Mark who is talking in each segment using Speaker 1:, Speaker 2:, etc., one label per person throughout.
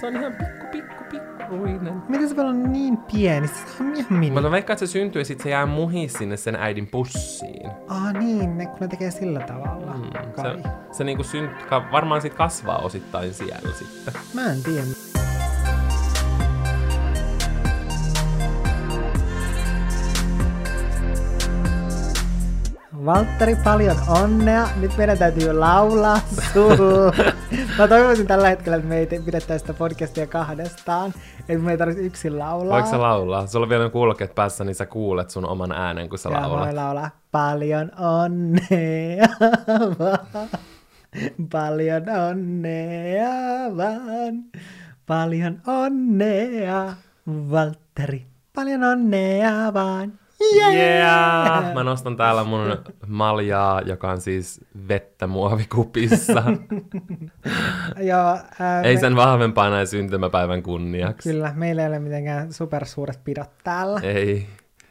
Speaker 1: Se on ihan pikku, pikku, pikkuinen.
Speaker 2: Miten se voi olla niin pieni? Se on ihan mini.
Speaker 1: Mutta mä veikkaan, että se syntyy ja sit se jää muhi sinne sen äidin pussiin.
Speaker 2: Ah niin, ne, kun ne tekee sillä tavalla. Mm,
Speaker 1: Se,
Speaker 2: Kai.
Speaker 1: se niinku synt, ka- varmaan sit kasvaa osittain siellä sitten.
Speaker 2: Mä en tiedä. Valtteri, paljon onnea. Nyt meidän täytyy laulaa sulle. Mä toivoisin tällä hetkellä, että me ei te- pidettäisi sitä podcastia kahdestaan. Että me ei tarvitsisi yksin laulaa.
Speaker 1: Voiko sä laulaa? Sulla on vielä ne kuulokkeet päässä, niin sä kuulet sun oman äänen, kun sä
Speaker 2: Ja voi
Speaker 1: laulat.
Speaker 2: laulaa paljon onnea vaan. Paljon onnea vaan. Paljon onnea, Valtteri. Paljon onnea vaan. Yeah!
Speaker 1: Yeah! Mä nostan täällä mun maljaa, joka on siis vettä muovikupissa.
Speaker 2: Joo, ää,
Speaker 1: Ei
Speaker 2: me,
Speaker 1: sen vahvempaa näin syntymäpäivän kunniaksi.
Speaker 2: Kyllä, meillä ei ole mitenkään supersuuret pidot täällä.
Speaker 1: Ei.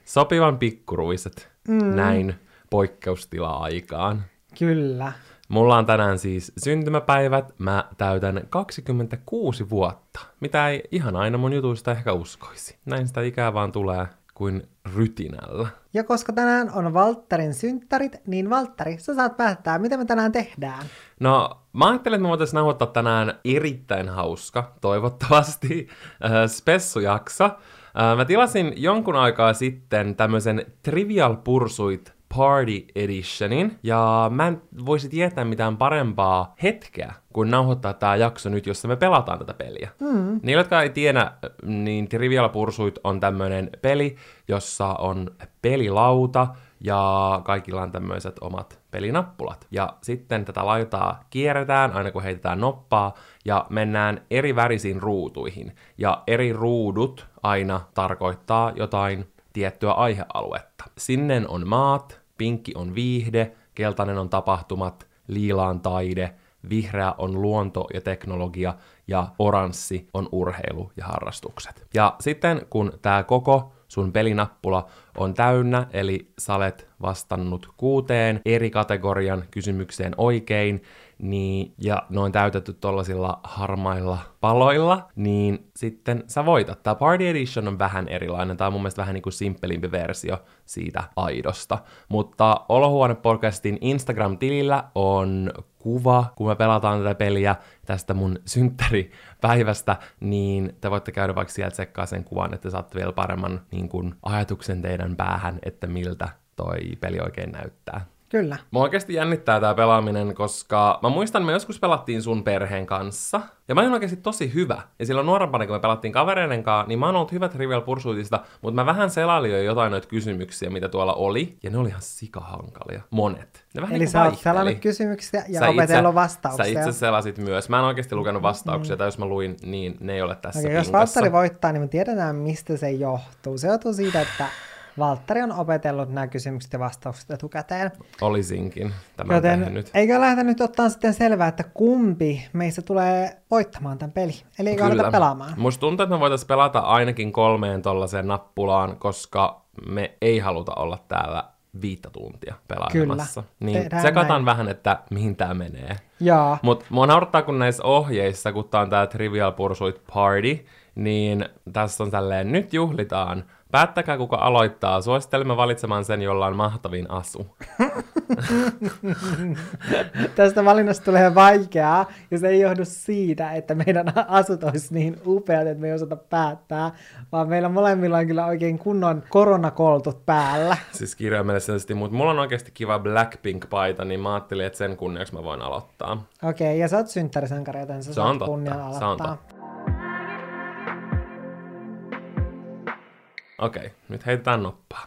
Speaker 1: Sopivan pikkuruiset. Mm. Näin poikkeustila-aikaan.
Speaker 2: Kyllä.
Speaker 1: Mulla on tänään siis syntymäpäivät. Mä täytän 26 vuotta. Mitä ei ihan aina mun jutuista ehkä uskoisi. Näin sitä ikää vaan tulee kuin rytinällä.
Speaker 2: Ja koska tänään on Valtterin synttärit, niin Valtteri, sä saat päättää, mitä me tänään tehdään.
Speaker 1: No, mä ajattelin, että me voitaisiin nauhoittaa tänään erittäin hauska, toivottavasti, äh, spessujakso. Äh, mä tilasin jonkun aikaa sitten tämmöisen Trivial Pursuit Party Editionin, ja mä en voisi tietää mitään parempaa hetkeä kuin nauhoittaa tää jakso nyt, jossa me pelataan tätä peliä. Mm. Niille, jotka ei tiedä, niin Trivial Pursuit on tämmöinen peli, jossa on pelilauta, ja kaikilla on tämmöiset omat pelinappulat. Ja sitten tätä laitaa kierretään aina kun heitetään noppaa ja mennään eri värisiin ruutuihin. Ja eri ruudut aina tarkoittaa jotain tiettyä aihealuetta. Sinne on maat, pinkki on viihde, keltainen on tapahtumat, liila on taide, vihreä on luonto ja teknologia ja oranssi on urheilu ja harrastukset. Ja sitten kun tämä koko sun pelinappula on täynnä, eli sä olet vastannut kuuteen eri kategorian kysymykseen oikein, niin, ja noin täytetty tollasilla harmailla paloilla, niin sitten sä voitat. Tämä Party Edition on vähän erilainen, tämä on mun mielestä vähän niin kuin simppelimpi versio siitä aidosta. Mutta Olohuone-podcastin Instagram-tilillä on kuva, kun me pelataan tätä peliä tästä mun synttäripäivästä, niin te voitte käydä vaikka sieltä sekkaa sen kuvan, että saatte vielä paremman niin kuin, ajatuksen teidän päähän, että miltä toi peli oikein näyttää.
Speaker 2: Kyllä.
Speaker 1: Mua oikeasti jännittää tämä pelaaminen, koska mä muistan, me joskus pelattiin sun perheen kanssa. Ja mä olin oikeasti tosi hyvä. Ja silloin nuorempana, kun me pelattiin kavereiden kanssa, niin mä oon ollut hyvä Trivial Pursuitista, mutta mä vähän selailin jo jotain noita kysymyksiä, mitä tuolla oli. Ja ne oli ihan sikahankalia. Monet. Ne vähän
Speaker 2: Eli
Speaker 1: niinku
Speaker 2: sä oot
Speaker 1: vaihteli.
Speaker 2: selannut kysymyksiä ja
Speaker 1: Sä itse-
Speaker 2: opetellut
Speaker 1: Sä
Speaker 2: vastauksia. Mm.
Speaker 1: itse selasit myös. Mä en oikeasti lukenut vastauksia, tai jos mä luin, niin ne ei ole tässä
Speaker 2: Okei, jos
Speaker 1: pinkassa.
Speaker 2: Valtteri voittaa, niin me tiedetään, mistä se johtuu. Se johtuu siitä, että Valtteri on opetellut nämä kysymykset ja vastaukset etukäteen.
Speaker 1: Olisinkin tämän
Speaker 2: Joten
Speaker 1: tehnyt.
Speaker 2: eikö lähdetä nyt ottaa sitten selvää, että kumpi meistä tulee voittamaan tämän peli. Eli eikö aleta pelaamaan.
Speaker 1: Musta tuntuu, että me voitaisiin pelata ainakin kolmeen tollaiseen nappulaan, koska me ei haluta olla täällä viittä tuntia pelailemassa.
Speaker 2: Kyllä.
Speaker 1: Niin
Speaker 2: Tehdään
Speaker 1: sekataan
Speaker 2: näin.
Speaker 1: vähän, että mihin tämä menee.
Speaker 2: Jaa.
Speaker 1: Mutta mua naurattaa, kun näissä ohjeissa, kun tää on tää Trivial Pursuit Party, niin tässä on tälleen, nyt juhlitaan. Päättäkää, kuka aloittaa. Suosittelemme valitsemaan sen, jolla on mahtavin asu.
Speaker 2: Tästä valinnasta tulee vaikeaa, ja se ei johdu siitä, että meidän asut olisi niin upeat, että me ei osata päättää, vaan meillä molemmilla on kyllä oikein kunnon koronakoltut päällä.
Speaker 1: Siis kirjaimellisesti, mutta mulla on oikeasti kiva Blackpink-paita, niin mä ajattelin, että sen kunniaksi mä voin aloittaa.
Speaker 2: Okei, ja sä oot synttärisankari, joten sä
Speaker 1: Se on
Speaker 2: saat
Speaker 1: totta,
Speaker 2: kunnian aloittaa.
Speaker 1: se on totta. Okei, nyt heitetään noppaa.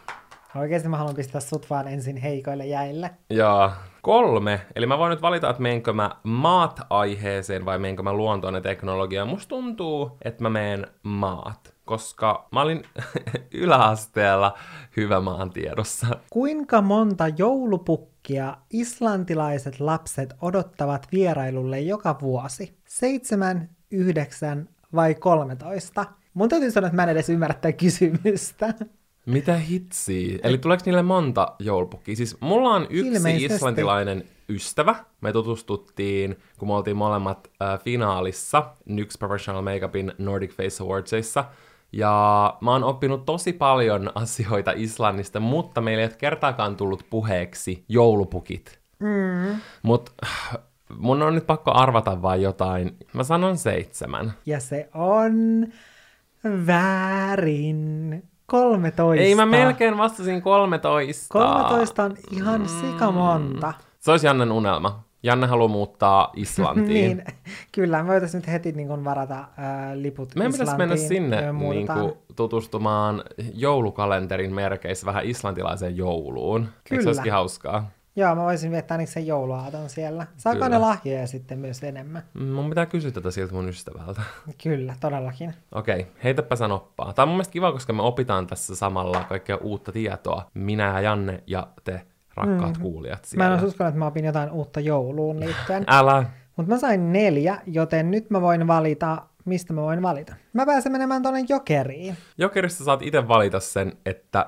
Speaker 2: Oikeasti mä haluan pistää sut vaan ensin heikoille jäille.
Speaker 1: Ja kolme. Eli mä voin nyt valita, että menenkö mä maat aiheeseen vai menenkö mä luontoon ja teknologiaan. Musta tuntuu, että mä meen maat, koska mä olin yläasteella hyvä maan tiedossa.
Speaker 2: Kuinka monta joulupukkia islantilaiset lapset odottavat vierailulle joka vuosi? 7, 9 vai 13? Mun täytyy sanoa, että mä en edes ymmärrä tätä kysymystä.
Speaker 1: Mitä hitsiä? Eli tuleeko niille monta joulupukkia? Siis mulla on yksi
Speaker 2: Ilmeisesti.
Speaker 1: islantilainen ystävä. Me tutustuttiin, kun me oltiin molemmat äh, finaalissa NYX Professional Makeupin Nordic Face Awardsissa. Ja mä oon oppinut tosi paljon asioita Islannista, mutta meillä ei ole kertaakaan tullut puheeksi joulupukit.
Speaker 2: Mm.
Speaker 1: Mutta mun on nyt pakko arvata vaan jotain. Mä sanon seitsemän.
Speaker 2: Ja se on väärin. 13.
Speaker 1: Ei, mä melkein Mm. vastasin 13.
Speaker 2: 13 on ihan sikamonta.
Speaker 1: Se olisi Jannen unelma. Janne haluaa muuttaa Islantiin.
Speaker 2: Niin, kyllä. Me voitaisiin nyt heti niin kuin varata ää, liput
Speaker 1: Meidän pitäisi mennä
Speaker 2: Islantiin,
Speaker 1: sinne
Speaker 2: ja me
Speaker 1: niin
Speaker 2: muutetaan.
Speaker 1: kuin, tutustumaan joulukalenterin merkeissä vähän islantilaiseen jouluun. Eikö se
Speaker 2: Kyllä.
Speaker 1: olisikin hauskaa?
Speaker 2: Joo, mä voisin viettää ainakin sen jouluaaton siellä. Saako
Speaker 1: Kyllä.
Speaker 2: ne lahjoja sitten myös enemmän?
Speaker 1: Mun pitää kysyä tätä siltä mun ystävältä.
Speaker 2: Kyllä, todellakin.
Speaker 1: Okei, heitäpä sä noppaa. Tämä on mun mielestä kiva, koska me opitaan tässä samalla kaikkea uutta tietoa. Minä ja Janne ja te, rakkaat mm. kuulijat
Speaker 2: Mä en
Speaker 1: siellä.
Speaker 2: olisi uskonut, että mä opin jotain uutta jouluun liittyen.
Speaker 1: Älä.
Speaker 2: Mutta mä sain neljä, joten nyt mä voin valita, mistä mä voin valita. Mä pääsen menemään tonne jokeriin.
Speaker 1: Jokerissa saat itse valita sen, että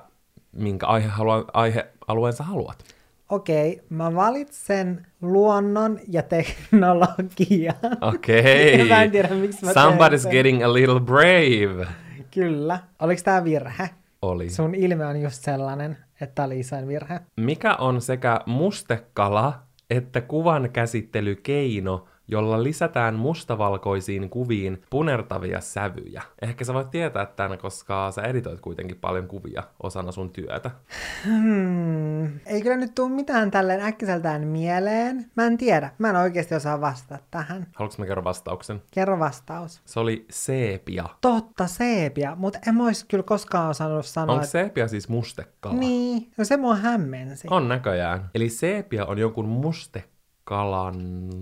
Speaker 1: minkä aihealue- aihealueen sä haluat.
Speaker 2: Okei, mä valitsen luonnon ja teknologian.
Speaker 1: Okei.
Speaker 2: Mä en tiedä, miksi mä tein
Speaker 1: Somebody's
Speaker 2: sen.
Speaker 1: getting a little brave.
Speaker 2: Kyllä. Oliko tää virhe?
Speaker 1: Oli.
Speaker 2: Sun ilme on just sellainen, että tää oli isoin virhe.
Speaker 1: Mikä on sekä mustekala että kuvan käsittelykeino, jolla lisätään mustavalkoisiin kuviin punertavia sävyjä? Ehkä sä voit tietää tämän, koska sä editoit kuitenkin paljon kuvia osana sun työtä.
Speaker 2: Hmm. Ei kyllä nyt tuu mitään tälleen äkkiseltään mieleen. Mä en tiedä. Mä en oikeasti osaa vastata tähän.
Speaker 1: Haluatko mä kerron vastauksen?
Speaker 2: Kerro vastaus.
Speaker 1: Se oli seepia.
Speaker 2: Totta, seepia, mutta en mä ois kyllä koskaan osannut sanoa,
Speaker 1: Onko seepia siis mustekala?
Speaker 2: Niin, no se mua hämmensi.
Speaker 1: On näköjään. Eli seepia on jonkun mustekalan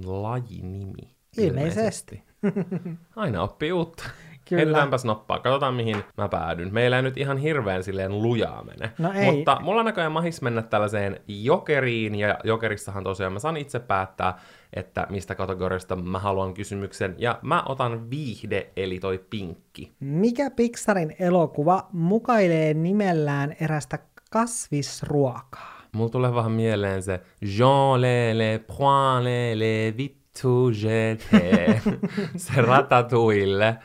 Speaker 1: lajinimi.
Speaker 2: Ilmeisesti.
Speaker 1: ilmeisesti. Aina oppii uutta.
Speaker 2: Kyllä.
Speaker 1: Heitetäänpäs noppaa, katsotaan mihin mä päädyn. Meillä ei nyt ihan hirveän silleen lujaa mene.
Speaker 2: No ei.
Speaker 1: Mutta mulla näköjään mahis mennä tällaiseen jokeriin, ja jokerissahan tosiaan mä saan itse päättää, että mistä kategoriasta mä haluan kysymyksen. Ja mä otan viihde, eli toi pinkki.
Speaker 2: Mikä Pixarin elokuva mukailee nimellään erästä kasvisruokaa?
Speaker 1: Mulla tulee vähän mieleen se Jean le le point le le vittu je te. se ratatuille.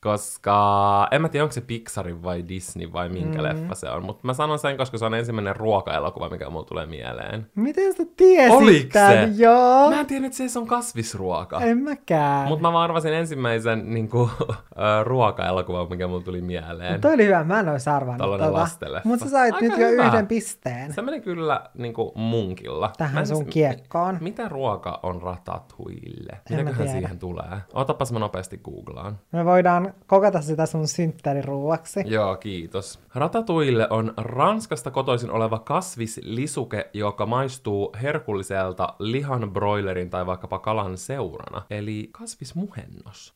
Speaker 1: Koska en mä tiedä, onko se Pixarin vai Disney vai minkä mm. leffa se on, mutta mä sanon sen, koska se on ensimmäinen ruokaelokuva, mikä mulla tulee mieleen.
Speaker 2: Miten sä tiesit
Speaker 1: Oliks
Speaker 2: tän?
Speaker 1: se?
Speaker 2: Joo.
Speaker 1: Mä en tiedä, että se on kasvisruoka.
Speaker 2: En mäkään.
Speaker 1: Mutta mä vaan arvasin ensimmäisen niin kuin, ruokaelokuvan, mikä mulla tuli mieleen.
Speaker 2: Toi oli hyvä, mä en ois arvannut
Speaker 1: Tollanen lastenleffa.
Speaker 2: Mutta sä sait
Speaker 1: Aika
Speaker 2: nyt jo
Speaker 1: hyvä.
Speaker 2: yhden pisteen
Speaker 1: Se meni kyllä niin kuin munkilla. Mä
Speaker 2: tähän
Speaker 1: en
Speaker 2: sun
Speaker 1: siis-
Speaker 2: kiekkoon.
Speaker 1: Mitä ruoka on ratatuille?
Speaker 2: En mä
Speaker 1: Mitäköhän
Speaker 2: tiedä.
Speaker 1: siihen tulee? Otapas mä nopeasti googlaan.
Speaker 2: Me voidaan kokata sitä sun synttäriruuaksi.
Speaker 1: Joo, kiitos. Ratatuille on Ranskasta kotoisin oleva kasvislisuke, joka maistuu herkulliselta lihan, broilerin tai vaikkapa kalan seurana. Eli kasvismuhennos.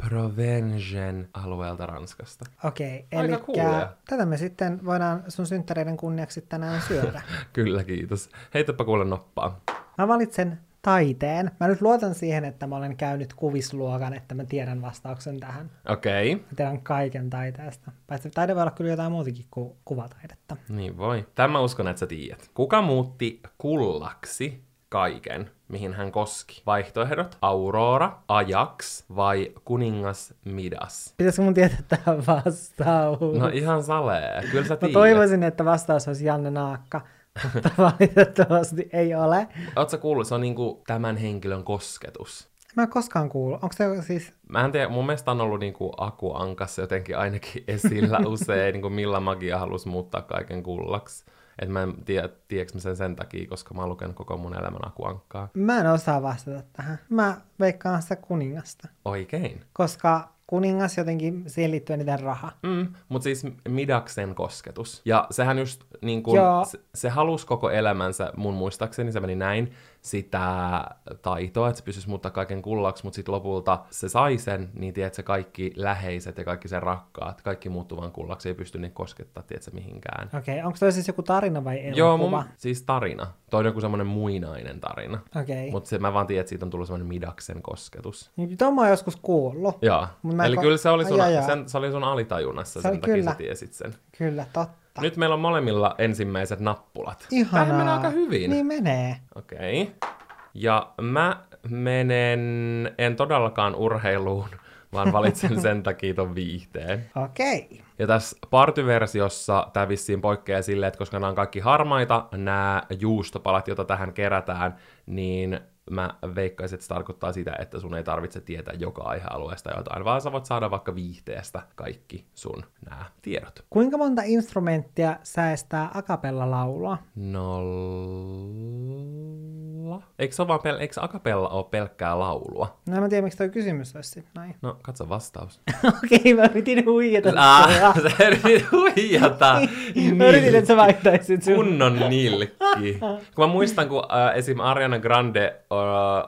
Speaker 1: Provengen alueelta Ranskasta.
Speaker 2: Okei,
Speaker 1: Aika
Speaker 2: eli
Speaker 1: coolia.
Speaker 2: tätä me sitten voidaan sun synttäreiden kunniaksi tänään syödä.
Speaker 1: Kyllä, kiitos. Heitäpä kuule noppaa.
Speaker 2: Mä valitsen taiteen. Mä nyt luotan siihen, että mä olen käynyt kuvisluokan, että mä tiedän vastauksen tähän.
Speaker 1: Okei. Okay.
Speaker 2: Mä tiedän kaiken taiteesta. Paitsi taide voi olla kyllä jotain muutakin kuin kuvataidetta.
Speaker 1: Niin voi. Tämä uskon, että sä tiedät. Kuka muutti kullaksi kaiken, mihin hän koski? Vaihtoehdot Aurora, Ajax vai kuningas Midas?
Speaker 2: Pitäisikö mun tietää tähän vastaus?
Speaker 1: No ihan salee. Kyllä sä
Speaker 2: Mm-hmm. Mä
Speaker 1: tiedät.
Speaker 2: toivoisin, että vastaus olisi Janne Naakka, mutta valitettavasti ei ole.
Speaker 1: Oot sä kuullut, se on niinku tämän henkilön kosketus.
Speaker 2: Mä en koskaan kuullut. Onko se joku siis...
Speaker 1: Mä en tiedä, mun mielestä on ollut niinku akuankassa jotenkin ainakin esillä usein, niinku millä magia halusi muuttaa kaiken kullaksi. Et mä en tiedä, tiedäks mä sen sen takia, koska mä oon lukenut koko mun elämän akuankkaa.
Speaker 2: Mä en osaa vastata tähän. Mä veikkaan sitä kuningasta.
Speaker 1: Oikein.
Speaker 2: Koska kuningas jotenkin, siihen liittyy eniten raha.
Speaker 1: Mm, mutta siis Midaksen kosketus. Ja sehän just niin kuin,
Speaker 2: Joo.
Speaker 1: se, se halusi koko elämänsä, mun muistaakseni se meni näin, sitä taitoa, että se pystyisi muuttaa kaiken kullaksi, mutta sitten lopulta se sai sen, niin tiedät se kaikki läheiset ja kaikki sen rakkaat, kaikki muuttuu vaan kullaksi, ei pysty niin koskettaa, tiedät se mihinkään.
Speaker 2: Okei, okay, onko toi siis joku tarina vai elokuva?
Speaker 1: Joo, mun, siis tarina. Toi on joku semmoinen muinainen tarina.
Speaker 2: Okei. Okay.
Speaker 1: Mutta mä vaan tiedän, että siitä on tullut semmoinen Midaksen kosketus.
Speaker 2: Tuon mä oon joskus kuullut.
Speaker 1: Joo,
Speaker 2: Mut mä en
Speaker 1: eli
Speaker 2: ko-
Speaker 1: kyllä se oli
Speaker 2: Ai,
Speaker 1: sun,
Speaker 2: jaa, jaa.
Speaker 1: sen, se oli sun alitajunnassa,
Speaker 2: Se
Speaker 1: sen
Speaker 2: oli
Speaker 1: takia
Speaker 2: kyllä.
Speaker 1: sä tiesit sen.
Speaker 2: Kyllä, totta.
Speaker 1: Nyt meillä on molemmilla ensimmäiset nappulat.
Speaker 2: Ihanaa.
Speaker 1: Tämähän menee aika hyvin.
Speaker 2: Niin menee.
Speaker 1: Okei. Ja mä menen, en todellakaan urheiluun, vaan valitsen sen takia ton viihteen.
Speaker 2: Okei.
Speaker 1: Ja tässä partyversiossa tämä vissiin poikkeaa silleen, että koska nämä on kaikki harmaita, nämä juustopalat, joita tähän kerätään, niin mä veikkaisin, että se tarkoittaa sitä, että sun ei tarvitse tietää joka aihealueesta jotain, vaan sä voit saada vaikka viihteestä kaikki sun nämä tiedot.
Speaker 2: Kuinka monta instrumenttia säästää akapella laulua?
Speaker 1: Nolla. Eikö se, ole vaan pel- eikö se akapella ole pelkkää laulua?
Speaker 2: No en mä tiedä, miksi toi kysymys olisi sit näin.
Speaker 1: No, katso vastaus.
Speaker 2: Okei, mä yritin huijata
Speaker 1: Ah,
Speaker 2: sua.
Speaker 1: sä yritit huijata.
Speaker 2: Mä yritin,
Speaker 1: Niin.
Speaker 2: että sä vaihtaisit sun.
Speaker 1: Kunnon nilkki. Kun mä muistan, kun äh, esim. Ariana Grande äh,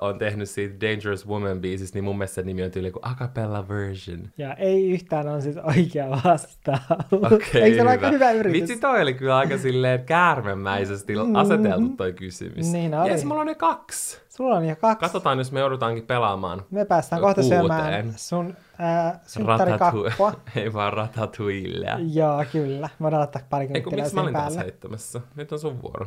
Speaker 1: on tehnyt siitä Dangerous Woman biisistä, niin mun mielestä sen nimi on tyyli kuin Acapella Version.
Speaker 2: Ja ei yhtään on siis oikea vastaus.
Speaker 1: Okei,
Speaker 2: Eikö se ole aika hyvä yritys? Mm.
Speaker 1: Vitsi, toi oli kyllä aika silleen käärmemäisesti aseteltu toi kysymys.
Speaker 2: Niin oli.
Speaker 1: Jes, mulla on ne kaksi.
Speaker 2: Sulla on jo kaksi.
Speaker 1: Katsotaan, jos me joudutaankin pelaamaan.
Speaker 2: Me päästään kohta
Speaker 1: Kuuteen.
Speaker 2: syömään sun äh,
Speaker 1: Ratatouille.
Speaker 2: synttärikakkua.
Speaker 1: Ei vaan ratatuillea.
Speaker 2: Joo, kyllä. Voidaan laittaa pari
Speaker 1: Eikö,
Speaker 2: kynttilää
Speaker 1: miksi mä
Speaker 2: sen
Speaker 1: olin taas
Speaker 2: päälle.
Speaker 1: heittämässä? Nyt on sun vuoro.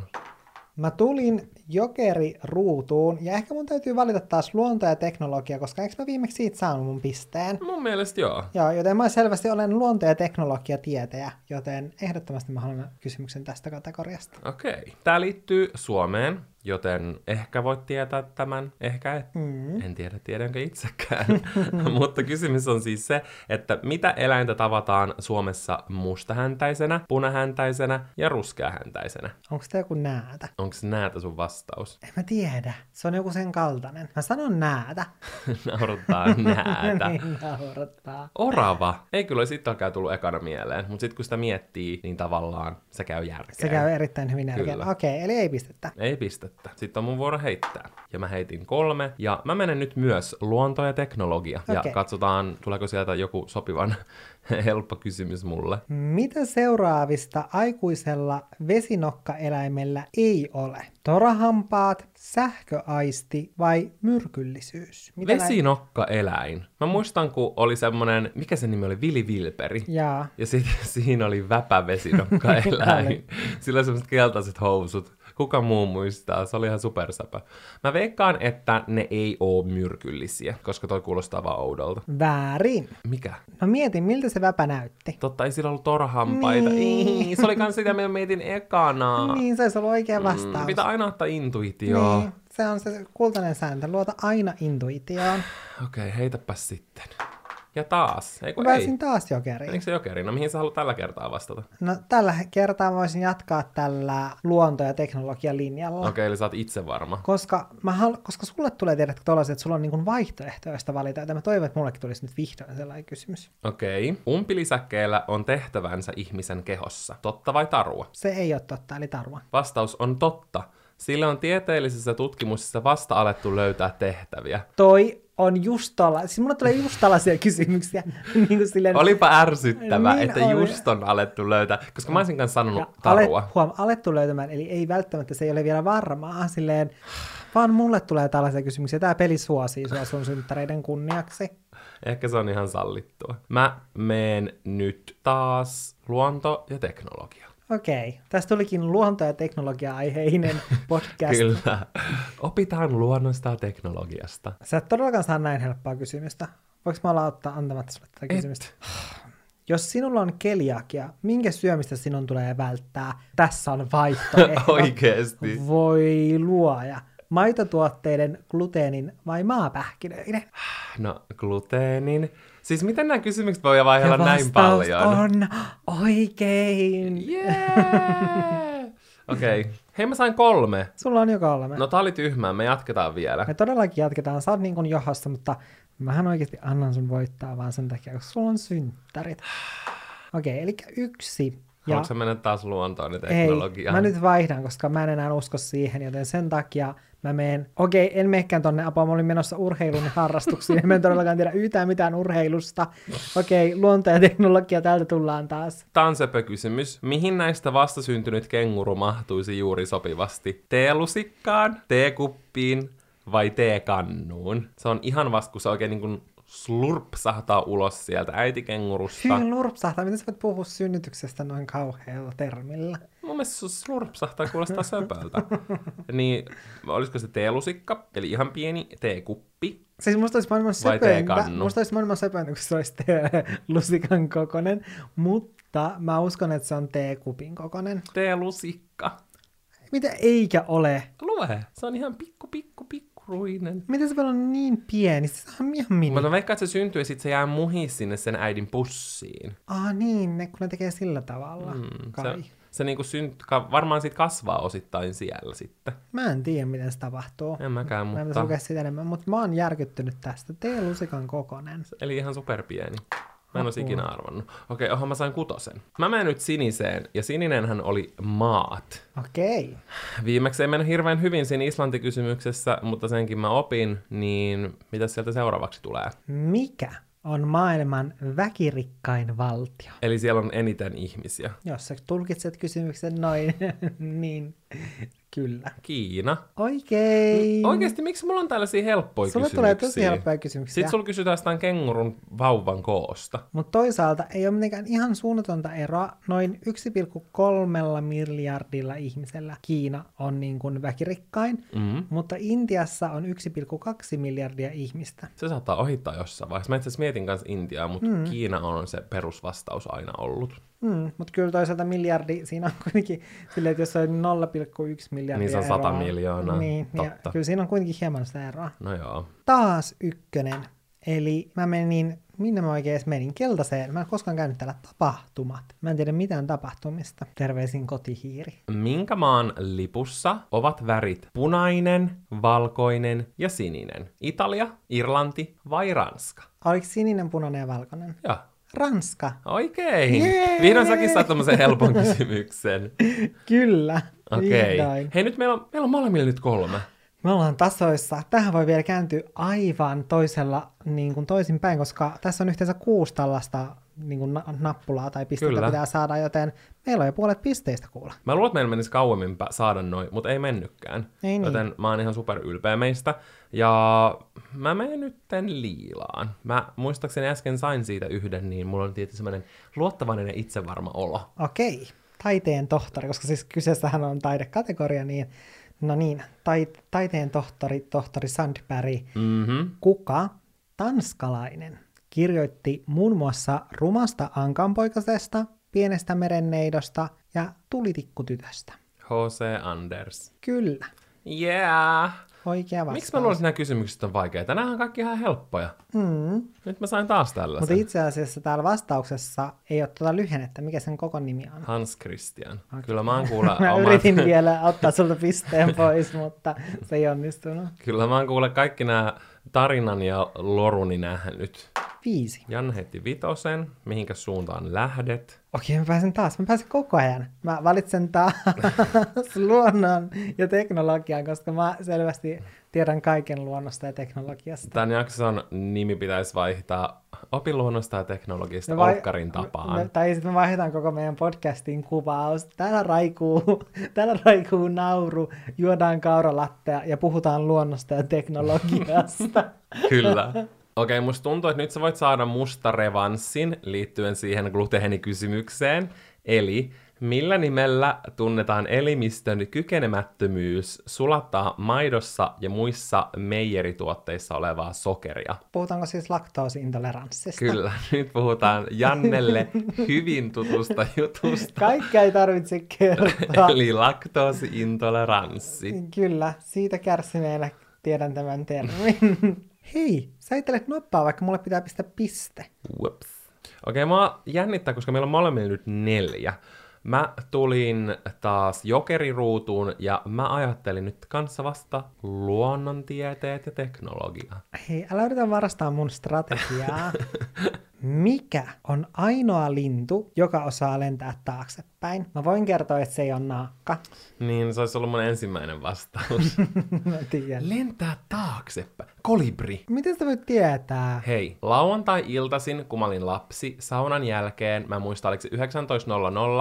Speaker 2: Mä tulin jokeri ruutuun, ja ehkä mun täytyy valita taas luonto ja teknologia, koska eikö mä viimeksi siitä saanut mun pisteen?
Speaker 1: Mun mielestä joo.
Speaker 2: Joo, joten mä selvästi olen luonto- ja teknologiatietejä, joten ehdottomasti mä haluan kysymyksen tästä kategoriasta.
Speaker 1: Okei. Tämä liittyy Suomeen, joten ehkä voit tietää tämän, ehkä et.
Speaker 2: Mm.
Speaker 1: En tiedä, tiedänkö itsekään. Mutta kysymys on siis se, että mitä eläintä tavataan Suomessa mustahäntäisenä, punahäntäisenä ja ruskeahäntäisenä?
Speaker 2: Onko tämä joku näätä?
Speaker 1: Onko näätä sun vastaus?
Speaker 2: En mä tiedä. Se on joku sen kaltainen. Mä sanon näätä.
Speaker 1: Naurattaa näätä.
Speaker 2: niin naurattaa.
Speaker 1: Orava. Ei kyllä olisi itselläkään tullut ekana mieleen, mutta sitten kun sitä miettii, niin tavallaan se käy järkeä.
Speaker 2: Se käy erittäin hyvin järkeä.
Speaker 1: Kyllä.
Speaker 2: Okei, eli ei pistettä.
Speaker 1: Ei pistettä. Sitten on mun vuoro heittää. Ja mä heitin kolme. Ja mä menen nyt myös luonto ja teknologia.
Speaker 2: Okei.
Speaker 1: Ja katsotaan, tuleeko sieltä joku sopivan helppo kysymys mulle.
Speaker 2: Mitä seuraavista aikuisella vesinokkaeläimellä ei ole? Torahampaat, sähköaisti vai myrkyllisyys? Mitä näin-
Speaker 1: Vesinokkaeläin. Mä muistan, kun oli semmonen, mikä sen nimi oli, Vili Vilperi.
Speaker 2: Jaa.
Speaker 1: Ja sit, siinä oli väpävesinokkaeläin. Sillä oli semmoset keltaiset housut. Kuka muu muistaa? Se oli ihan supersäpä. Mä veikkaan, että ne ei oo myrkyllisiä, koska toi kuulostaa vaan oudolta.
Speaker 2: Väärin.
Speaker 1: Mikä?
Speaker 2: No mietin, miltä se väpä näytti.
Speaker 1: Totta, ei sillä ollut torhampaita.
Speaker 2: Niin.
Speaker 1: Niin. Se oli kans sitä, mitä mietin ekana.
Speaker 2: Niin, se olisi ollut oikea vastaus.
Speaker 1: Mm, Pitää aina ottaa intuitioon.
Speaker 2: Niin, se on se kultainen sääntö. Luota aina intuitioon.
Speaker 1: Okei, heitäpäs sitten. Ja taas. Eiku,
Speaker 2: Mä
Speaker 1: ei.
Speaker 2: pääsin taas jokeriin.
Speaker 1: Menikö se jokerina? Mihin sä haluat tällä kertaa vastata?
Speaker 2: No tällä kertaa mä voisin jatkaa tällä luonto- ja teknologialinjalla.
Speaker 1: Okei, eli sä oot itse varma.
Speaker 2: Koska, mä halu- koska sulle tulee tiedätkö tollaset, että sulla on niin vaihtoehtoja, joista valita, joten mä toivon, että mullekin tulisi nyt vihdoin sellainen kysymys.
Speaker 1: Okei. Umpilisäkkeellä on tehtävänsä ihmisen kehossa. Totta vai tarua?
Speaker 2: Se ei ole totta, eli tarua.
Speaker 1: Vastaus on totta. Sillä on tieteellisessä tutkimuksessa vasta alettu löytää tehtäviä.
Speaker 2: Toi on just tolla, siis mulla tulee just tällaisia kysymyksiä. niin kuin silleen,
Speaker 1: Olipa ärsyttävää,
Speaker 2: Niin
Speaker 1: että
Speaker 2: oli.
Speaker 1: just on alettu löytää, koska mä olisin kanssa sanonut
Speaker 2: ja
Speaker 1: tarua.
Speaker 2: alet, huom, alettu löytämään, eli ei välttämättä se ei ole vielä varmaa, silleen, vaan mulle tulee tällaisia kysymyksiä. Tämä peli suosii sua sun synttäreiden kunniaksi.
Speaker 1: Ehkä se on ihan sallittua. Mä meen nyt taas luonto ja teknologia.
Speaker 2: Okei, tästä tulikin luonto- ja teknologia-aiheinen podcast.
Speaker 1: Kyllä. Opitaan luonnosta ja teknologiasta.
Speaker 2: Sä et todellakaan saa näin helppoa kysymystä. Voinko mä olla ottaa antamatta sulle tätä kysymystä? Jos sinulla on keliakia, minkä syömistä sinun tulee välttää? Tässä on vaihtoehto.
Speaker 1: Oikeesti.
Speaker 2: Voi luoja. Maitotuotteiden, gluteenin vai maapähkinöiden?
Speaker 1: No, gluteenin. Siis miten nämä kysymykset voi vaihdella
Speaker 2: Ja
Speaker 1: näin
Speaker 2: vastaus
Speaker 1: paljon?
Speaker 2: on oikein.
Speaker 1: Yeah! Okei. Okay. Hei, mä sain kolme.
Speaker 2: Sulla on jo kolme.
Speaker 1: No tää oli tyhmää, me jatketaan vielä.
Speaker 2: Me todellakin jatketaan. Sä oot niin kuin johassa, mutta mähän oikeasti annan sun voittaa vaan sen takia, koska sulla on synttärit. Okei, eli yksi. Ja
Speaker 1: Haluatko sä mennä taas luontoon ja
Speaker 2: ei,
Speaker 1: teknologiaan?
Speaker 2: mä nyt vaihdan, koska mä en enää usko siihen, joten sen takia mä meen, okei, en meekään tonne apua, mä olin menossa urheilun harrastuksiin, mä en todellakaan tiedä yhtään mitään urheilusta. Okei, luonto ja teknologia, täältä tullaan taas.
Speaker 1: Tää on söpö kysymys. Mihin näistä vastasyntynyt kenguru mahtuisi juuri sopivasti? Teelusikkaan, teekuppiin vai teekannuun? Se on ihan vasta, kun sä oikein niin kuin slurpsahtaa ulos sieltä äitikengurusta.
Speaker 2: Hyvin lurpsahtaa. Miten sä voit puhua synnytyksestä noin kauhealla termillä?
Speaker 1: Mun mielestä se slurpsahtaa kuulostaa söpöltä. niin olisiko se teelusikka, eli ihan pieni teekuppi.
Speaker 2: Siis musta olisi maailman
Speaker 1: Vai
Speaker 2: söpöintä,
Speaker 1: teekannu?
Speaker 2: musta olisi maailman söpöintä, kun se olisi tee- lusikan kokonen, mutta mä uskon, että se on teekupin kokonen.
Speaker 1: Teelusikka.
Speaker 2: Mitä eikä ole?
Speaker 1: Lue, se on ihan pikku, pikku, pikkuruinen.
Speaker 2: Miten se voi olla niin pieni? Se on ihan mini.
Speaker 1: Mutta mä veikkaan, että se syntyy ja sit se jää muhi sinne sen äidin pussiin.
Speaker 2: Ah niin, ne, kun ne tekee sillä tavalla.
Speaker 1: Mm,
Speaker 2: Mm, Kai.
Speaker 1: se, se niinku synt, ka, varmaan sit kasvaa osittain siellä sitten.
Speaker 2: Mä en tiedä, miten se tapahtuu.
Speaker 1: En mäkään,
Speaker 2: Mä en
Speaker 1: mutta...
Speaker 2: pitäisi lukea sitä enemmän, mutta mä oon järkyttynyt tästä. Tee lusikan kokonen.
Speaker 1: Eli ihan superpieni. Mä en olisi
Speaker 2: Apua.
Speaker 1: ikinä arvannut. Okei, oha, mä sain kutosen. Mä menen nyt siniseen, ja sininenhän oli maat.
Speaker 2: Okei.
Speaker 1: Viimeksi ei mennyt hirveän hyvin siinä Islanti-kysymyksessä, mutta senkin mä opin, niin mitä sieltä seuraavaksi tulee?
Speaker 2: Mikä on maailman väkirikkain valtio?
Speaker 1: Eli siellä on eniten ihmisiä.
Speaker 2: Jos sä tulkitset kysymyksen noin, niin kyllä.
Speaker 1: Kiina.
Speaker 2: Oikein.
Speaker 1: Oikeasti, miksi mulla on tällaisia helppoja
Speaker 2: Sulle
Speaker 1: No, kysymyksiä?
Speaker 2: tulee tosi helppoja kysymyksiä.
Speaker 1: Sitten sulla kysytään sitä kengurun vauvan koosta.
Speaker 2: Mutta toisaalta ei ole mitenkään ihan suunnatonta eroa. Noin 1,3 miljardilla ihmisellä Kiina on niin kuin väkirikkain,
Speaker 1: Mm.
Speaker 2: mutta Intiassa on 1,2 miljardia ihmistä.
Speaker 1: Se saattaa ohittaa jossain vaiheessa. Mä itse asiassa mietin kanssa Intiaa, mutta mm. Kiina on se perusvastaus aina ollut.
Speaker 2: Mm, mutta kyllä toisaalta miljardi, siinä on kuitenkin silleen, että jos on 0,1 miljardia
Speaker 1: Niin se on 100
Speaker 2: eroa,
Speaker 1: miljoonaa,
Speaker 2: Niin,
Speaker 1: totta.
Speaker 2: Ja kyllä siinä on kuitenkin hieman sitä eroa.
Speaker 1: No joo.
Speaker 2: Taas ykkönen. Eli mä menin, minne mä oikein edes menin? Keltaiseen. Mä en koskaan käynyt täällä tapahtumat. Mä en tiedä mitään tapahtumista. Terveisin kotihiiri.
Speaker 1: Minkä maan lipussa ovat värit punainen, valkoinen ja sininen? Italia, Irlanti vai Ranska?
Speaker 2: Ah, Oliko sininen, punainen ja valkoinen?
Speaker 1: Joo.
Speaker 2: Ranska.
Speaker 1: Oikein.
Speaker 2: Jee!
Speaker 1: Vihdoin säkin saat tämmöisen helpon kysymyksen.
Speaker 2: Kyllä.
Speaker 1: Okei. Okay.
Speaker 2: Vihdoin.
Speaker 1: Hei, nyt meillä on, meillä on molemmilla nyt kolme.
Speaker 2: Me ollaan tasoissa. Tähän voi vielä kääntyä aivan toisella niin kuin toisinpäin, koska tässä on yhteensä kuusi tällaista niin kuin na- nappulaa tai pistettä
Speaker 1: Kyllä.
Speaker 2: Kyllä. pitää saada, joten meillä on jo puolet pisteistä kuulla.
Speaker 1: Mä luulen, että meillä menisi kauemmin pä- saada noin, mutta ei mennykkään.
Speaker 2: Ei niin.
Speaker 1: Joten mä oon ihan super ylpeä meistä. Ja mä menen nyt tän liilaan. Mä muistaakseni äsken sain siitä yhden, niin mulla on tietysti semmoinen luottavainen ja itsevarma olo.
Speaker 2: Okei, taiteen tohtori, koska siis kyseessähän on taidekategoria, niin no niin, tai- taiteen tohtori, tohtori Sandberg,
Speaker 1: Mhm.
Speaker 2: Mm-hmm. kuka tanskalainen kirjoitti muun muassa rumasta ankanpoikasesta, pienestä merenneidosta ja tulitikkutytöstä.
Speaker 1: H.C. Anders.
Speaker 2: Kyllä,
Speaker 1: Yeah.
Speaker 2: oikea vastaus.
Speaker 1: Miksi mä luulen, että nämä kysymykset on vaikeita? Nämä on kaikki ihan helppoja.
Speaker 2: Mm.
Speaker 1: Nyt mä sain taas tällaisen.
Speaker 2: Mutta itse asiassa täällä vastauksessa ei ole tuota lyhennettä, mikä sen koko nimi on.
Speaker 1: Hans Christian. Kyllä mä oon kuule
Speaker 2: Mä
Speaker 1: oman...
Speaker 2: yritin vielä ottaa sulta pisteen pois, mutta se ei onnistunut.
Speaker 1: Kyllä mä oon kuule kaikki nämä tarinan ja loruni nähnyt.
Speaker 2: Viisi.
Speaker 1: Jan heti vitosen, mihinkä suuntaan lähdet.
Speaker 2: Okei, mä pääsen taas. Mä pääsen koko ajan. Mä valitsen taas luonnon ja teknologian, koska mä selvästi tiedän kaiken luonnosta ja teknologiasta.
Speaker 1: Tämän jakson nimi pitäisi vaihtaa opiluonnosta ja teknologista
Speaker 2: Me
Speaker 1: vai...
Speaker 2: No vai- no
Speaker 1: Olkkarin tapaan.
Speaker 2: Me, tai sitten me vaihdetaan koko meidän podcastin kuvaus. Täällä raikuu, täällä raikuu nauru, juodaan kauralattea ja puhutaan luonnosta ja teknologiasta.
Speaker 1: Kyllä. Okei, musta tuntuu, että nyt sä voit saada musta revanssin liittyen siihen gluteenikysymykseen. Eli millä nimellä tunnetaan elimistön kykenemättömyys sulattaa maidossa ja muissa meijerituotteissa olevaa sokeria?
Speaker 2: Puhutaanko siis laktoosiintoleranssista?
Speaker 1: Kyllä, nyt puhutaan Jannelle hyvin tutusta jutusta.
Speaker 2: Kaikkea ei tarvitse kertoa.
Speaker 1: Eli laktoosiintoleranssi.
Speaker 2: Kyllä, siitä kärsineenä tiedän tämän termin. Hei, sä ittelet noppaa, vaikka mulle pitää pistää piste.
Speaker 1: Whoops. Okei, mua jännittää, koska meillä on molemmilla nyt neljä. Mä tulin taas jokeriruutuun ja mä ajattelin nyt kanssa vasta luonnontieteet ja teknologia.
Speaker 2: Hei, älä yritä varastaa mun strategiaa. Mikä on ainoa lintu, joka osaa lentää taaksepäin? ylöspäin. Mä voin kertoa, että se ei ole naakka.
Speaker 1: Niin, se olisi ollut mun ensimmäinen vastaus.
Speaker 2: Mä tiedän.
Speaker 1: Lentää taaksepäin. Kolibri.
Speaker 2: Miten sä voit tietää?
Speaker 1: Hei, lauantai-iltasin, kun mä olin lapsi, saunan jälkeen, mä muistan, oliko se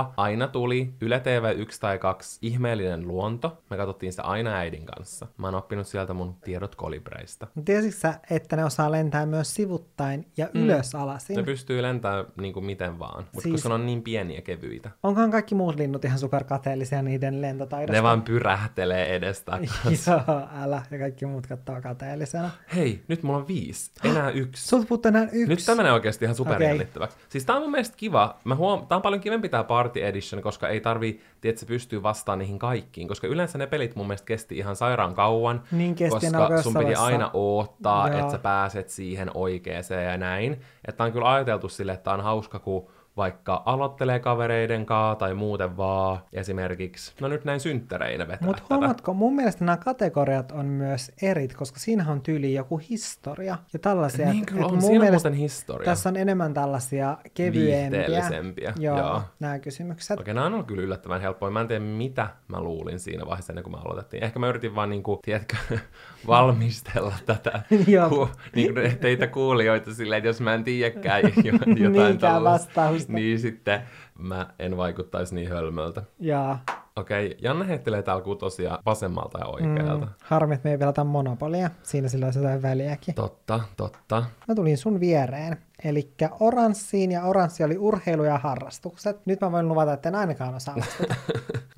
Speaker 1: 19.00, aina tuli Yle TV 1 tai 2 ihmeellinen luonto. Me katsottiin sitä aina äidin kanssa. Mä oon oppinut sieltä mun tiedot kolibreista.
Speaker 2: Tiesitkö sä, että ne osaa lentää myös sivuttain ja ylös alasin?
Speaker 1: Ne pystyy lentämään niinku miten vaan, mutta
Speaker 2: Niin. Siis-
Speaker 1: siis... kun ne on niin pieniä kateellisia.
Speaker 2: Onkohan kaikki muut linnut ihan superkateellisia niiden lentotaidosta?
Speaker 1: Ne vaan pyrähtelee edestä.
Speaker 2: Niin. Joo, älä. Ja kaikki muut kattoo kateellisena.
Speaker 1: Hei, nyt mulla on viisi, enää yksi.
Speaker 2: Sulta puuttuu enää yksi.
Speaker 1: Nyt tämä menee oikeasti ihan
Speaker 2: Okei.
Speaker 1: superjännittäväksi. Okay. Siis tää on mun mielestä kiva. Mä huom... Tää on paljon kivempi tää Party Edition, koska ei tarvii, tiedät, se pystyy vastaan niihin kaikkiin. Koska yleensä ne pelit mun mielestä kesti ihan sairaan kauan.
Speaker 2: Niin kesti, ne
Speaker 1: koska
Speaker 2: alkoi
Speaker 1: sun piti
Speaker 2: jossain
Speaker 1: aina oottaa,
Speaker 2: Joo.
Speaker 1: että sä pääset siihen oikeeseen ja näin. Että on kyllä ajateltu sille, että tää on hauska, kun vaikka aloittelee kavereiden kaa tai muuten vaan esimerkiksi. No nyt näin synttäreinä vetää
Speaker 2: Mutta
Speaker 1: tätä.
Speaker 2: huomatko, mun mielestä nämä kategoriat on myös erit, koska siinähän on tyyli joku historia ja tällaisia.
Speaker 1: Niin
Speaker 2: et-
Speaker 1: kyllä on,
Speaker 2: et mun
Speaker 1: siinä on
Speaker 2: mielestä
Speaker 1: muuten historia.
Speaker 2: Tässä on enemmän tällaisia kevyempiä.
Speaker 1: Viihteellisempiä,
Speaker 2: Joo,
Speaker 1: joo.
Speaker 2: nämä kysymykset.
Speaker 1: Okei, nämä on ollut kyllä yllättävän helppoja. Mä en tiedä, mitä mä luulin siinä vaiheessa ennen kuin me aloitettiin. Ehkä mä yritin vaan, niin kuin, tiedätkö, valmistella tätä,
Speaker 2: Joo.
Speaker 1: ku, niin kuin teitä kuulijoita silleen, että jos mä en tiedäkään jo- jotain
Speaker 2: Minkään
Speaker 1: tällaista,
Speaker 2: vastausta.
Speaker 1: niin sitten mä en vaikuttaisi niin hölmöltä.
Speaker 2: Ja
Speaker 1: Okei, Janne heittelee täällä kutosia vasemmalta ja oikealta. Mm.
Speaker 2: harmi, että me ei pelata monopolia. Siinä sillä olisi jotain väliäkin.
Speaker 1: Totta, totta.
Speaker 2: Mä tulin sun viereen. Eli oranssiin ja oranssi oli urheilu ja harrastukset. Nyt mä voin luvata, että en ainakaan osaa vastata.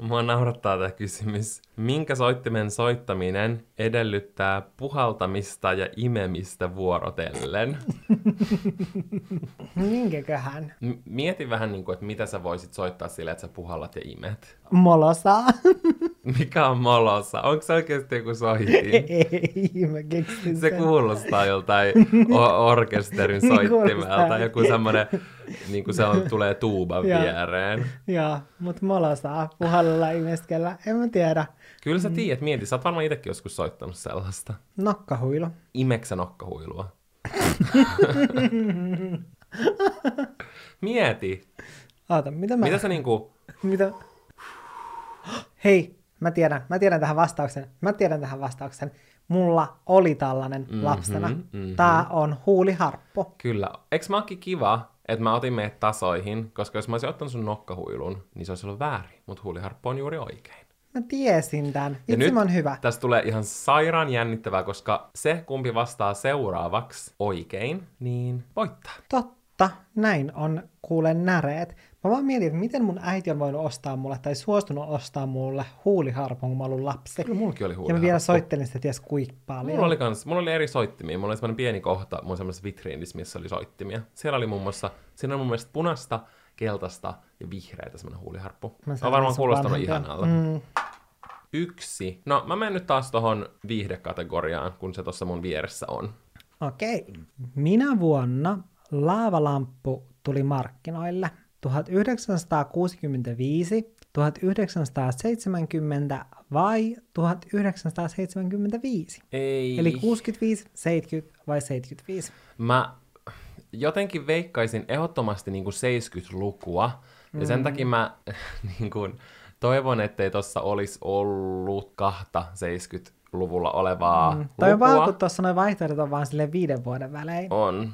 Speaker 1: Mua naurattaa tämä kysymys. Minkä soittimen soittaminen edellyttää puhaltamista ja imemistä vuorotellen?
Speaker 2: Minkäköhän?
Speaker 1: M- Mieti vähän, niin kuin, että mitä sä voisit soittaa sillä, että sä puhallat ja imet.
Speaker 2: Molosaa.
Speaker 1: Mikä on molossa? Onko se oikeasti joku soitin?
Speaker 2: ei, mä keksin
Speaker 1: Niin. Se
Speaker 2: sen.
Speaker 1: kuulostaa joltain o- orkesterin soittimelta.
Speaker 2: Niin Kuulostaa.
Speaker 1: Joku semmoinen, niin kuin se on, tulee tuuban
Speaker 2: Joo.
Speaker 1: viereen.
Speaker 2: Joo, mutta molosaa puhallella imeskellä, en mä tiedä.
Speaker 1: Kyllä
Speaker 2: Mm.
Speaker 1: sä tiedät, mieti, sä oot varmaan itsekin joskus soittanut sellaista.
Speaker 2: Nokkahuilu.
Speaker 1: Imeksä nokkahuilua. mieti,
Speaker 2: Aata, mitä mä...
Speaker 1: mitä sä niinku...
Speaker 2: Mitä? Hei, mä tiedän, mä tiedän tähän vastauksen. Mä tiedän tähän vastauksen. Mulla oli tällainen
Speaker 1: Mhm,
Speaker 2: mm-hmm, lapsena. Mm-hmm. Tää on huuliharppu.
Speaker 1: Kyllä. Eikö mä ookin kiva, että mä otin meidät tasoihin, koska jos mä olisin ottanut sun nokkahuilun, niin se olisi ollut väärin, mutta huuliharppu on juuri oikein.
Speaker 2: Mä tiesin tämän. Vitsi,
Speaker 1: nyt
Speaker 2: mä oon hyvä.
Speaker 1: Tästä tulee ihan sairaan jännittävää, koska se, kumpi vastaa seuraavaksi oikein, niin voittaa.
Speaker 2: Totta, näin on kuulen näreet. Mä vaan mietin, että miten mun äiti on voinut ostaa mulle tai suostunut ostaa mulle huuliharpun, kun mä olin lapsi.
Speaker 1: Kyllä mullakin oli
Speaker 2: Ja mä
Speaker 1: huuliharppu.
Speaker 2: vielä soittelin sitä ties kuinka paljon.
Speaker 1: Mulla oli, kans, mulla oli eri soittimia. Mulla oli semmoinen pieni kohta mun semmoisessa vitriinissä, missä oli soittimia. Siellä oli muun muassa, siinä oli mun mielestä punasta, keltaista ja vihreitä semmoinen huuliharppu.
Speaker 2: Mä
Speaker 1: Mä
Speaker 2: sain
Speaker 1: on varmaan
Speaker 2: sun
Speaker 1: kuulostanut
Speaker 2: vanhempia.
Speaker 1: ihanalta.
Speaker 2: Mm.
Speaker 1: Yksi. No, mä menen nyt taas tohon viihdekategoriaan, kun se tuossa mun vieressä on.
Speaker 2: Okei. Minä vuonna laavalamppu tuli markkinoille. 1965, 1970 vai 1975?
Speaker 1: Ei.
Speaker 2: Eli 65, 70 vai 75?
Speaker 1: Mä jotenkin veikkaisin ehdottomasti niin 70-lukua, ja sen takia mä niin kuin, toivon, ettei tossa olisi ollut kahta 70-luvulla olevaa mm.
Speaker 2: Toi on vaan,
Speaker 1: lukua.
Speaker 2: kun tuossa noin vaihtoehdot on vaan silleen viiden vuoden välein.
Speaker 1: On.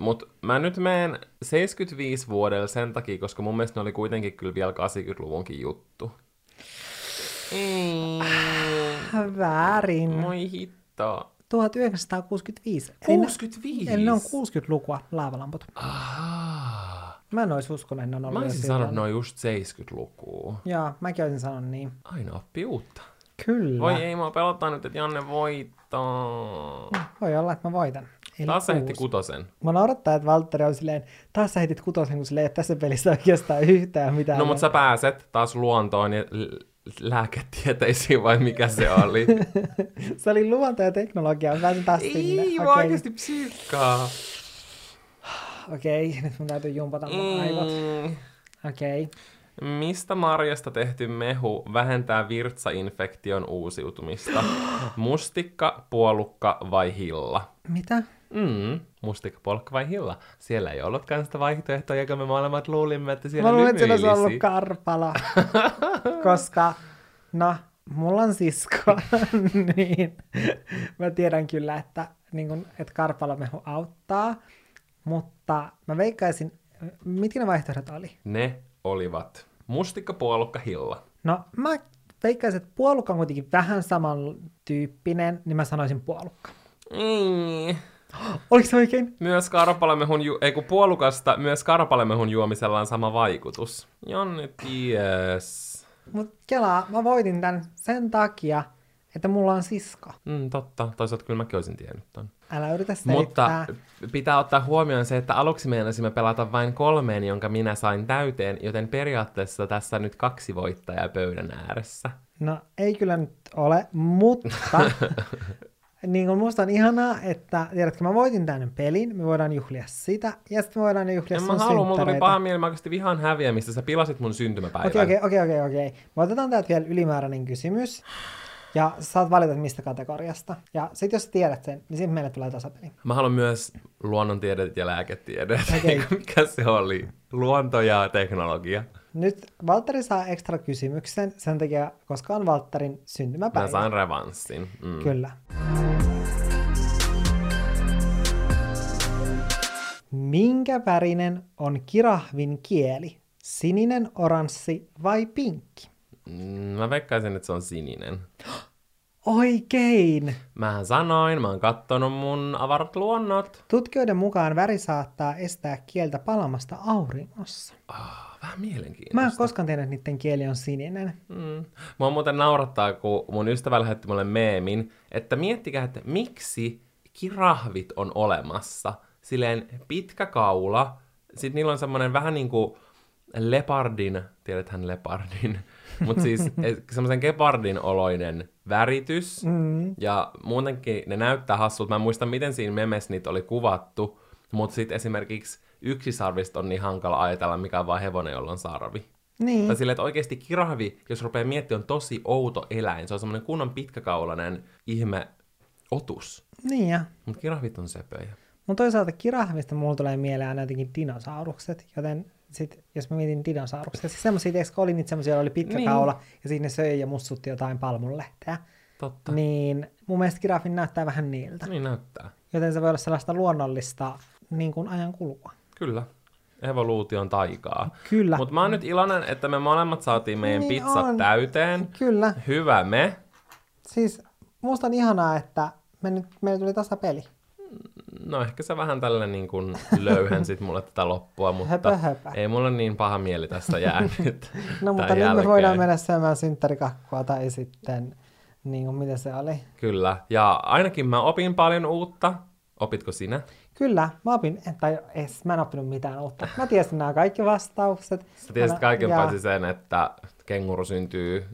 Speaker 1: Mutta mä nyt menen 75 vuodelle sen takia, koska mun mielestä ne oli kuitenkin kyllä vielä 80-luvunkin juttu. Mm.
Speaker 2: Väärin.
Speaker 1: Moi hitto.
Speaker 2: 1965. Eli ne-
Speaker 1: 65?
Speaker 2: Eli ne on 60-lukua laavalamput.
Speaker 1: Ahaa.
Speaker 2: Mä en olisi uskonut, että ne on ollut
Speaker 1: Mä
Speaker 2: jo
Speaker 1: olisin
Speaker 2: silloin.
Speaker 1: sanonut, että ne on just 70-lukua.
Speaker 2: Joo, mäkin olisin sanonut niin.
Speaker 1: Aina oppii uutta.
Speaker 2: Kyllä.
Speaker 1: Voi ei, mua pelottaa nyt, että Janne voittaa.
Speaker 2: Voi olla, että mä voitan. Eli
Speaker 1: Taas sä heitti
Speaker 2: kuusi.
Speaker 1: kutosen.
Speaker 2: Mä naurattaa, että Valtteri on silleen, taas sä heitit kutosen, kun silleen, että tässä pelissä oikeastaan yhtään mitään.
Speaker 1: No mut sä pääset taas luontoon ja l- lääketieteisiin vai mikä se oli?
Speaker 2: Se oli luonto ja teknologia, mä pääsin taas sinne.
Speaker 1: Ei, okay.
Speaker 2: Okei.
Speaker 1: oikeasti psyykkaa.
Speaker 2: Okei, nyt mun täytyy jumpata mun aivot.
Speaker 1: Mm.
Speaker 2: Okei.
Speaker 1: Mistä marjasta tehty mehu vähentää virtsainfektion uusiutumista? Mustikka, puolukka vai hilla?
Speaker 2: Mitä?
Speaker 1: Mm, mustikka, puolukka vai hilla? Siellä ei ollutkaan sitä vaihtoehtoa, joka me molemmat luulimme, että siellä
Speaker 2: Mä luulen, että siellä olisi
Speaker 1: lymyilisi.
Speaker 2: ollut karpala, koska no, mulla on sisko, niin mä tiedän kyllä, että, niin kun, että karpalamehu auttaa, mutta mä veikkaisin, mitkä ne vaihtoehdot oli?
Speaker 1: Ne olivat mustikka, puolukka, hilla.
Speaker 2: No mä veikkaisin, että puolukka on kuitenkin vähän samantyyppinen, niin mä sanoisin puolukka. Niin.
Speaker 1: Mm.
Speaker 2: Oliko se oikein?
Speaker 1: Myös karpalamehun, ju- ei kun puolukasta, myös karpalamehun juomisella on sama vaikutus. Jonne ties.
Speaker 2: Mutta kelaa, mä voitin tämän sen takia, että mulla on sisko.
Speaker 1: Mm, totta. Toisaalta kyllä mäkin olisin tiennyt ton.
Speaker 2: Älä yritä selittää.
Speaker 1: Mutta pitää ottaa huomioon se, että aluksi meinasimme pelata vain kolmeen, jonka minä sain täyteen, joten periaatteessa tässä on nyt kaksi voittajaa pöydän ääressä.
Speaker 2: No ei kyllä nyt ole, mutta niin kuin musta on ihanaa, että tiedätkö, mä voitin tämän pelin, me voidaan juhlia sitä, ja sitten me voidaan juhlia
Speaker 1: en
Speaker 2: sun
Speaker 1: mä halua, mulla tuli
Speaker 2: synttäreitä.
Speaker 1: paha mieli, mä oikeasti vihaan häviämistä, sä pilasit mun syntymäpäivän.
Speaker 2: Okei, okei, okei, okei, okei. Me otetaan täältä vielä ylimääräinen kysymys, ja saat valita, että mistä kategoriasta. Ja sitten jos sä tiedät sen, niin sitten meille tulee tasapeli.
Speaker 1: Mä haluan myös luonnontiedet ja lääketiedet.
Speaker 2: Okei.
Speaker 1: Mikä se oli? Luonto ja teknologia.
Speaker 2: Nyt Valtteri saa ekstra kysymyksen sen takia, koska on Valtterin syntymäpäivä.
Speaker 1: Mä saan revanssin. Mm.
Speaker 2: Kyllä. Minkä värinen on kirahvin kieli? Sininen, oranssi vai pinkki?
Speaker 1: Mm, Mä veikkaisin, että se on sininen.
Speaker 2: Oikein!
Speaker 1: Mähän sanoin, mä oon kattonut mun avarat luonnot.
Speaker 2: Tutkijoiden mukaan väri saattaa estää kieltä palamasta auringossa.
Speaker 1: Ah, vähän mielenkiintoista.
Speaker 2: Mä en koskaan tiennyt, että niiden kieli on sininen.
Speaker 1: Mm. Mua muuten naurattaa, kun mun ystävä lähetti mulle meemin, että miettikää, että miksi kirahvit on olemassa. Silleen pitkä kaula, sit niillä on semmonen vähän niinku lepardin, tiedäthän lepardin, mutta siis semmoisen gepardin oloinen väritys.
Speaker 2: Mm.
Speaker 1: Ja muutenkin ne näyttää hassulta. Mä en muista, miten siinä memes niitä oli kuvattu, mutta sitten esimerkiksi yksisarvista on niin hankala ajatella, mikä on vaan hevonen, jolla on sarvi.
Speaker 2: Niin.
Speaker 1: Tai silleen, että oikeasti kirahvi, jos rupeaa miettimään, on tosi outo eläin. Se on semmoinen kunnon pitkäkaulainen ihme otus.
Speaker 2: Niin ja.
Speaker 1: Mutta kirahvit on söpöjä.
Speaker 2: Mutta toisaalta kirahvista mulla tulee mieleen aina jotenkin dinosaurukset, joten sit, jos mä mietin dinosauruksia, siis semmosia, tiiäks, kun oli niitä semmosia, joilla oli pitkä
Speaker 1: Niin.
Speaker 2: niin. kaula, ja siinä ne söi ja mussutti jotain palmunlehteä,
Speaker 1: Totta. Niin,
Speaker 2: niin mun mielestä kirahvin näyttää vähän niiltä.
Speaker 1: niin näyttää.
Speaker 2: Joten se voi olla sellaista luonnollista niin kuin ajan kulua.
Speaker 1: Kyllä. Evoluution taikaa.
Speaker 2: Kyllä, Mut,
Speaker 1: Mutta mä oon nyt iloinen, että me molemmat saatiin meidän
Speaker 2: Niin
Speaker 1: pizzat
Speaker 2: on.
Speaker 1: täyteen.
Speaker 2: kyllä.
Speaker 1: Hyvä me.
Speaker 2: Siis musta on ihanaa, että me nyt, meillä tuli tasapeli.
Speaker 1: No ehkä sä vähän tällä niin kuin löyhensit mulle tätä loppua, mutta
Speaker 2: Höpö, höpö.
Speaker 1: ei mulla niin paha mieli tästä jäänyt.
Speaker 2: No
Speaker 1: tän
Speaker 2: mutta nyt me
Speaker 1: jälkeen.
Speaker 2: voidaan mennä syömään synttärikakkua tai sitten, niin kuin mitä se oli.
Speaker 1: Kyllä, ja ainakin mä opin paljon uutta. Opitko sinä?
Speaker 2: Kyllä, mä opin, tai edes, mä en oppinut mitään uutta. Mä tiesin nämä kaikki vastaukset.
Speaker 1: Sä tiesit
Speaker 2: Mä-
Speaker 1: kaiken
Speaker 2: jaa,
Speaker 1: paitsi sen, että kenguru syntyy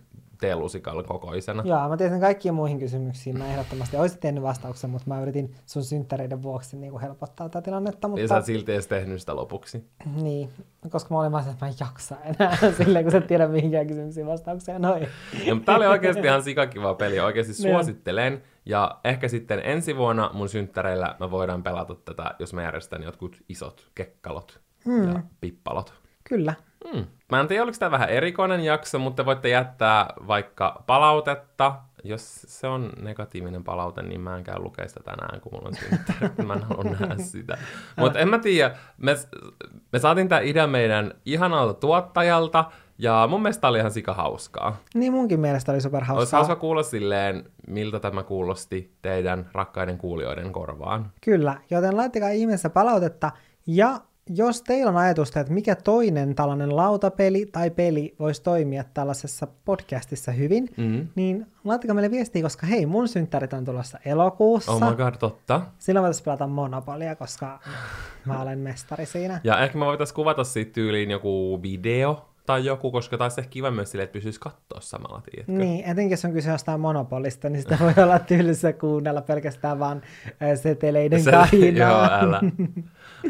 Speaker 1: teelusikan kokoisena.
Speaker 2: Joo, mä tiesin kaikkiin muihin kysymyksiin. Mä ehdottomasti olisin tiennyt vastauksen, mutta mä yritin sun synttäreiden vuoksi niin kuin helpottaa tätä tilannetta.
Speaker 1: Ja Niin, sä
Speaker 2: Mutta,
Speaker 1: et silti edes tehnyt sitä lopuksi.
Speaker 2: niin, koska mä olin vaan se, että mä en jaksa enää silleen, kun sä et tiedä mihinkään kysymyksiin vastaukseen. Noin.
Speaker 1: Ja, mutta tää oli oikeasti ihan sikakiva peli, oikeasti suosittelen. Ja ehkä sitten ensi vuonna mun synttäreillä me voidaan pelata tätä, jos mä järjestän jotkut isot kekkalot ja pippalot.
Speaker 2: Kyllä.
Speaker 1: Mm. Mä en tiedä, oliko tämä vähän erikoinen jakso, mutta voitte jättää vaikka palautetta. Jos se on negatiivinen palaute, niin mä en käy lukea sitä tänään, kun mulla on synttärit. mä en halua nähdä sitä. Mutta en mä tiedä, me, me saatiin tämä idea meidän ihanalta tuottajalta, ja mun mielestä tää oli ihan sika hauskaa.
Speaker 2: Niin munkin mielestä oli superhauskaa.
Speaker 1: Olisi hauska kuulla silleen, miltä tämä kuulosti teidän rakkaiden kuulijoiden korvaan.
Speaker 2: Kyllä, joten laittakaa ihmeessä palautetta. Ja jos teillä on ajatusta, että mikä toinen tällainen lautapeli tai peli voisi toimia tällaisessa podcastissa hyvin,
Speaker 1: Mm.
Speaker 2: niin laittakaa meille viestiä, koska hei, mun synttärit on tulossa elokuussa.
Speaker 1: Oh my god, totta.
Speaker 2: Silloin voitaisiin pelata Monopolia, koska mä olen mestari siinä.
Speaker 1: Ja ehkä me voitaisiin kuvata siitä tyyliin joku video tai joku, koska taas ehkä kiva myös silleen, että pystyisi katsoa samalla, tiedätkö?
Speaker 2: Niin, etenkin jos on kyse jostain monopolista, niin sitä voi olla tylsä kuunnella pelkästään vaan äh, seteleiden
Speaker 1: Se- Joo,
Speaker 2: kahinaa.
Speaker 1: älä.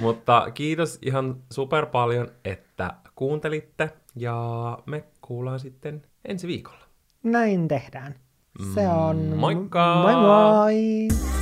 Speaker 1: Mutta kiitos ihan super paljon, että kuuntelitte ja me kuullaan sitten ensi viikolla.
Speaker 2: Näin tehdään. Se on...
Speaker 1: Mm, Moikka!
Speaker 2: Moi moi!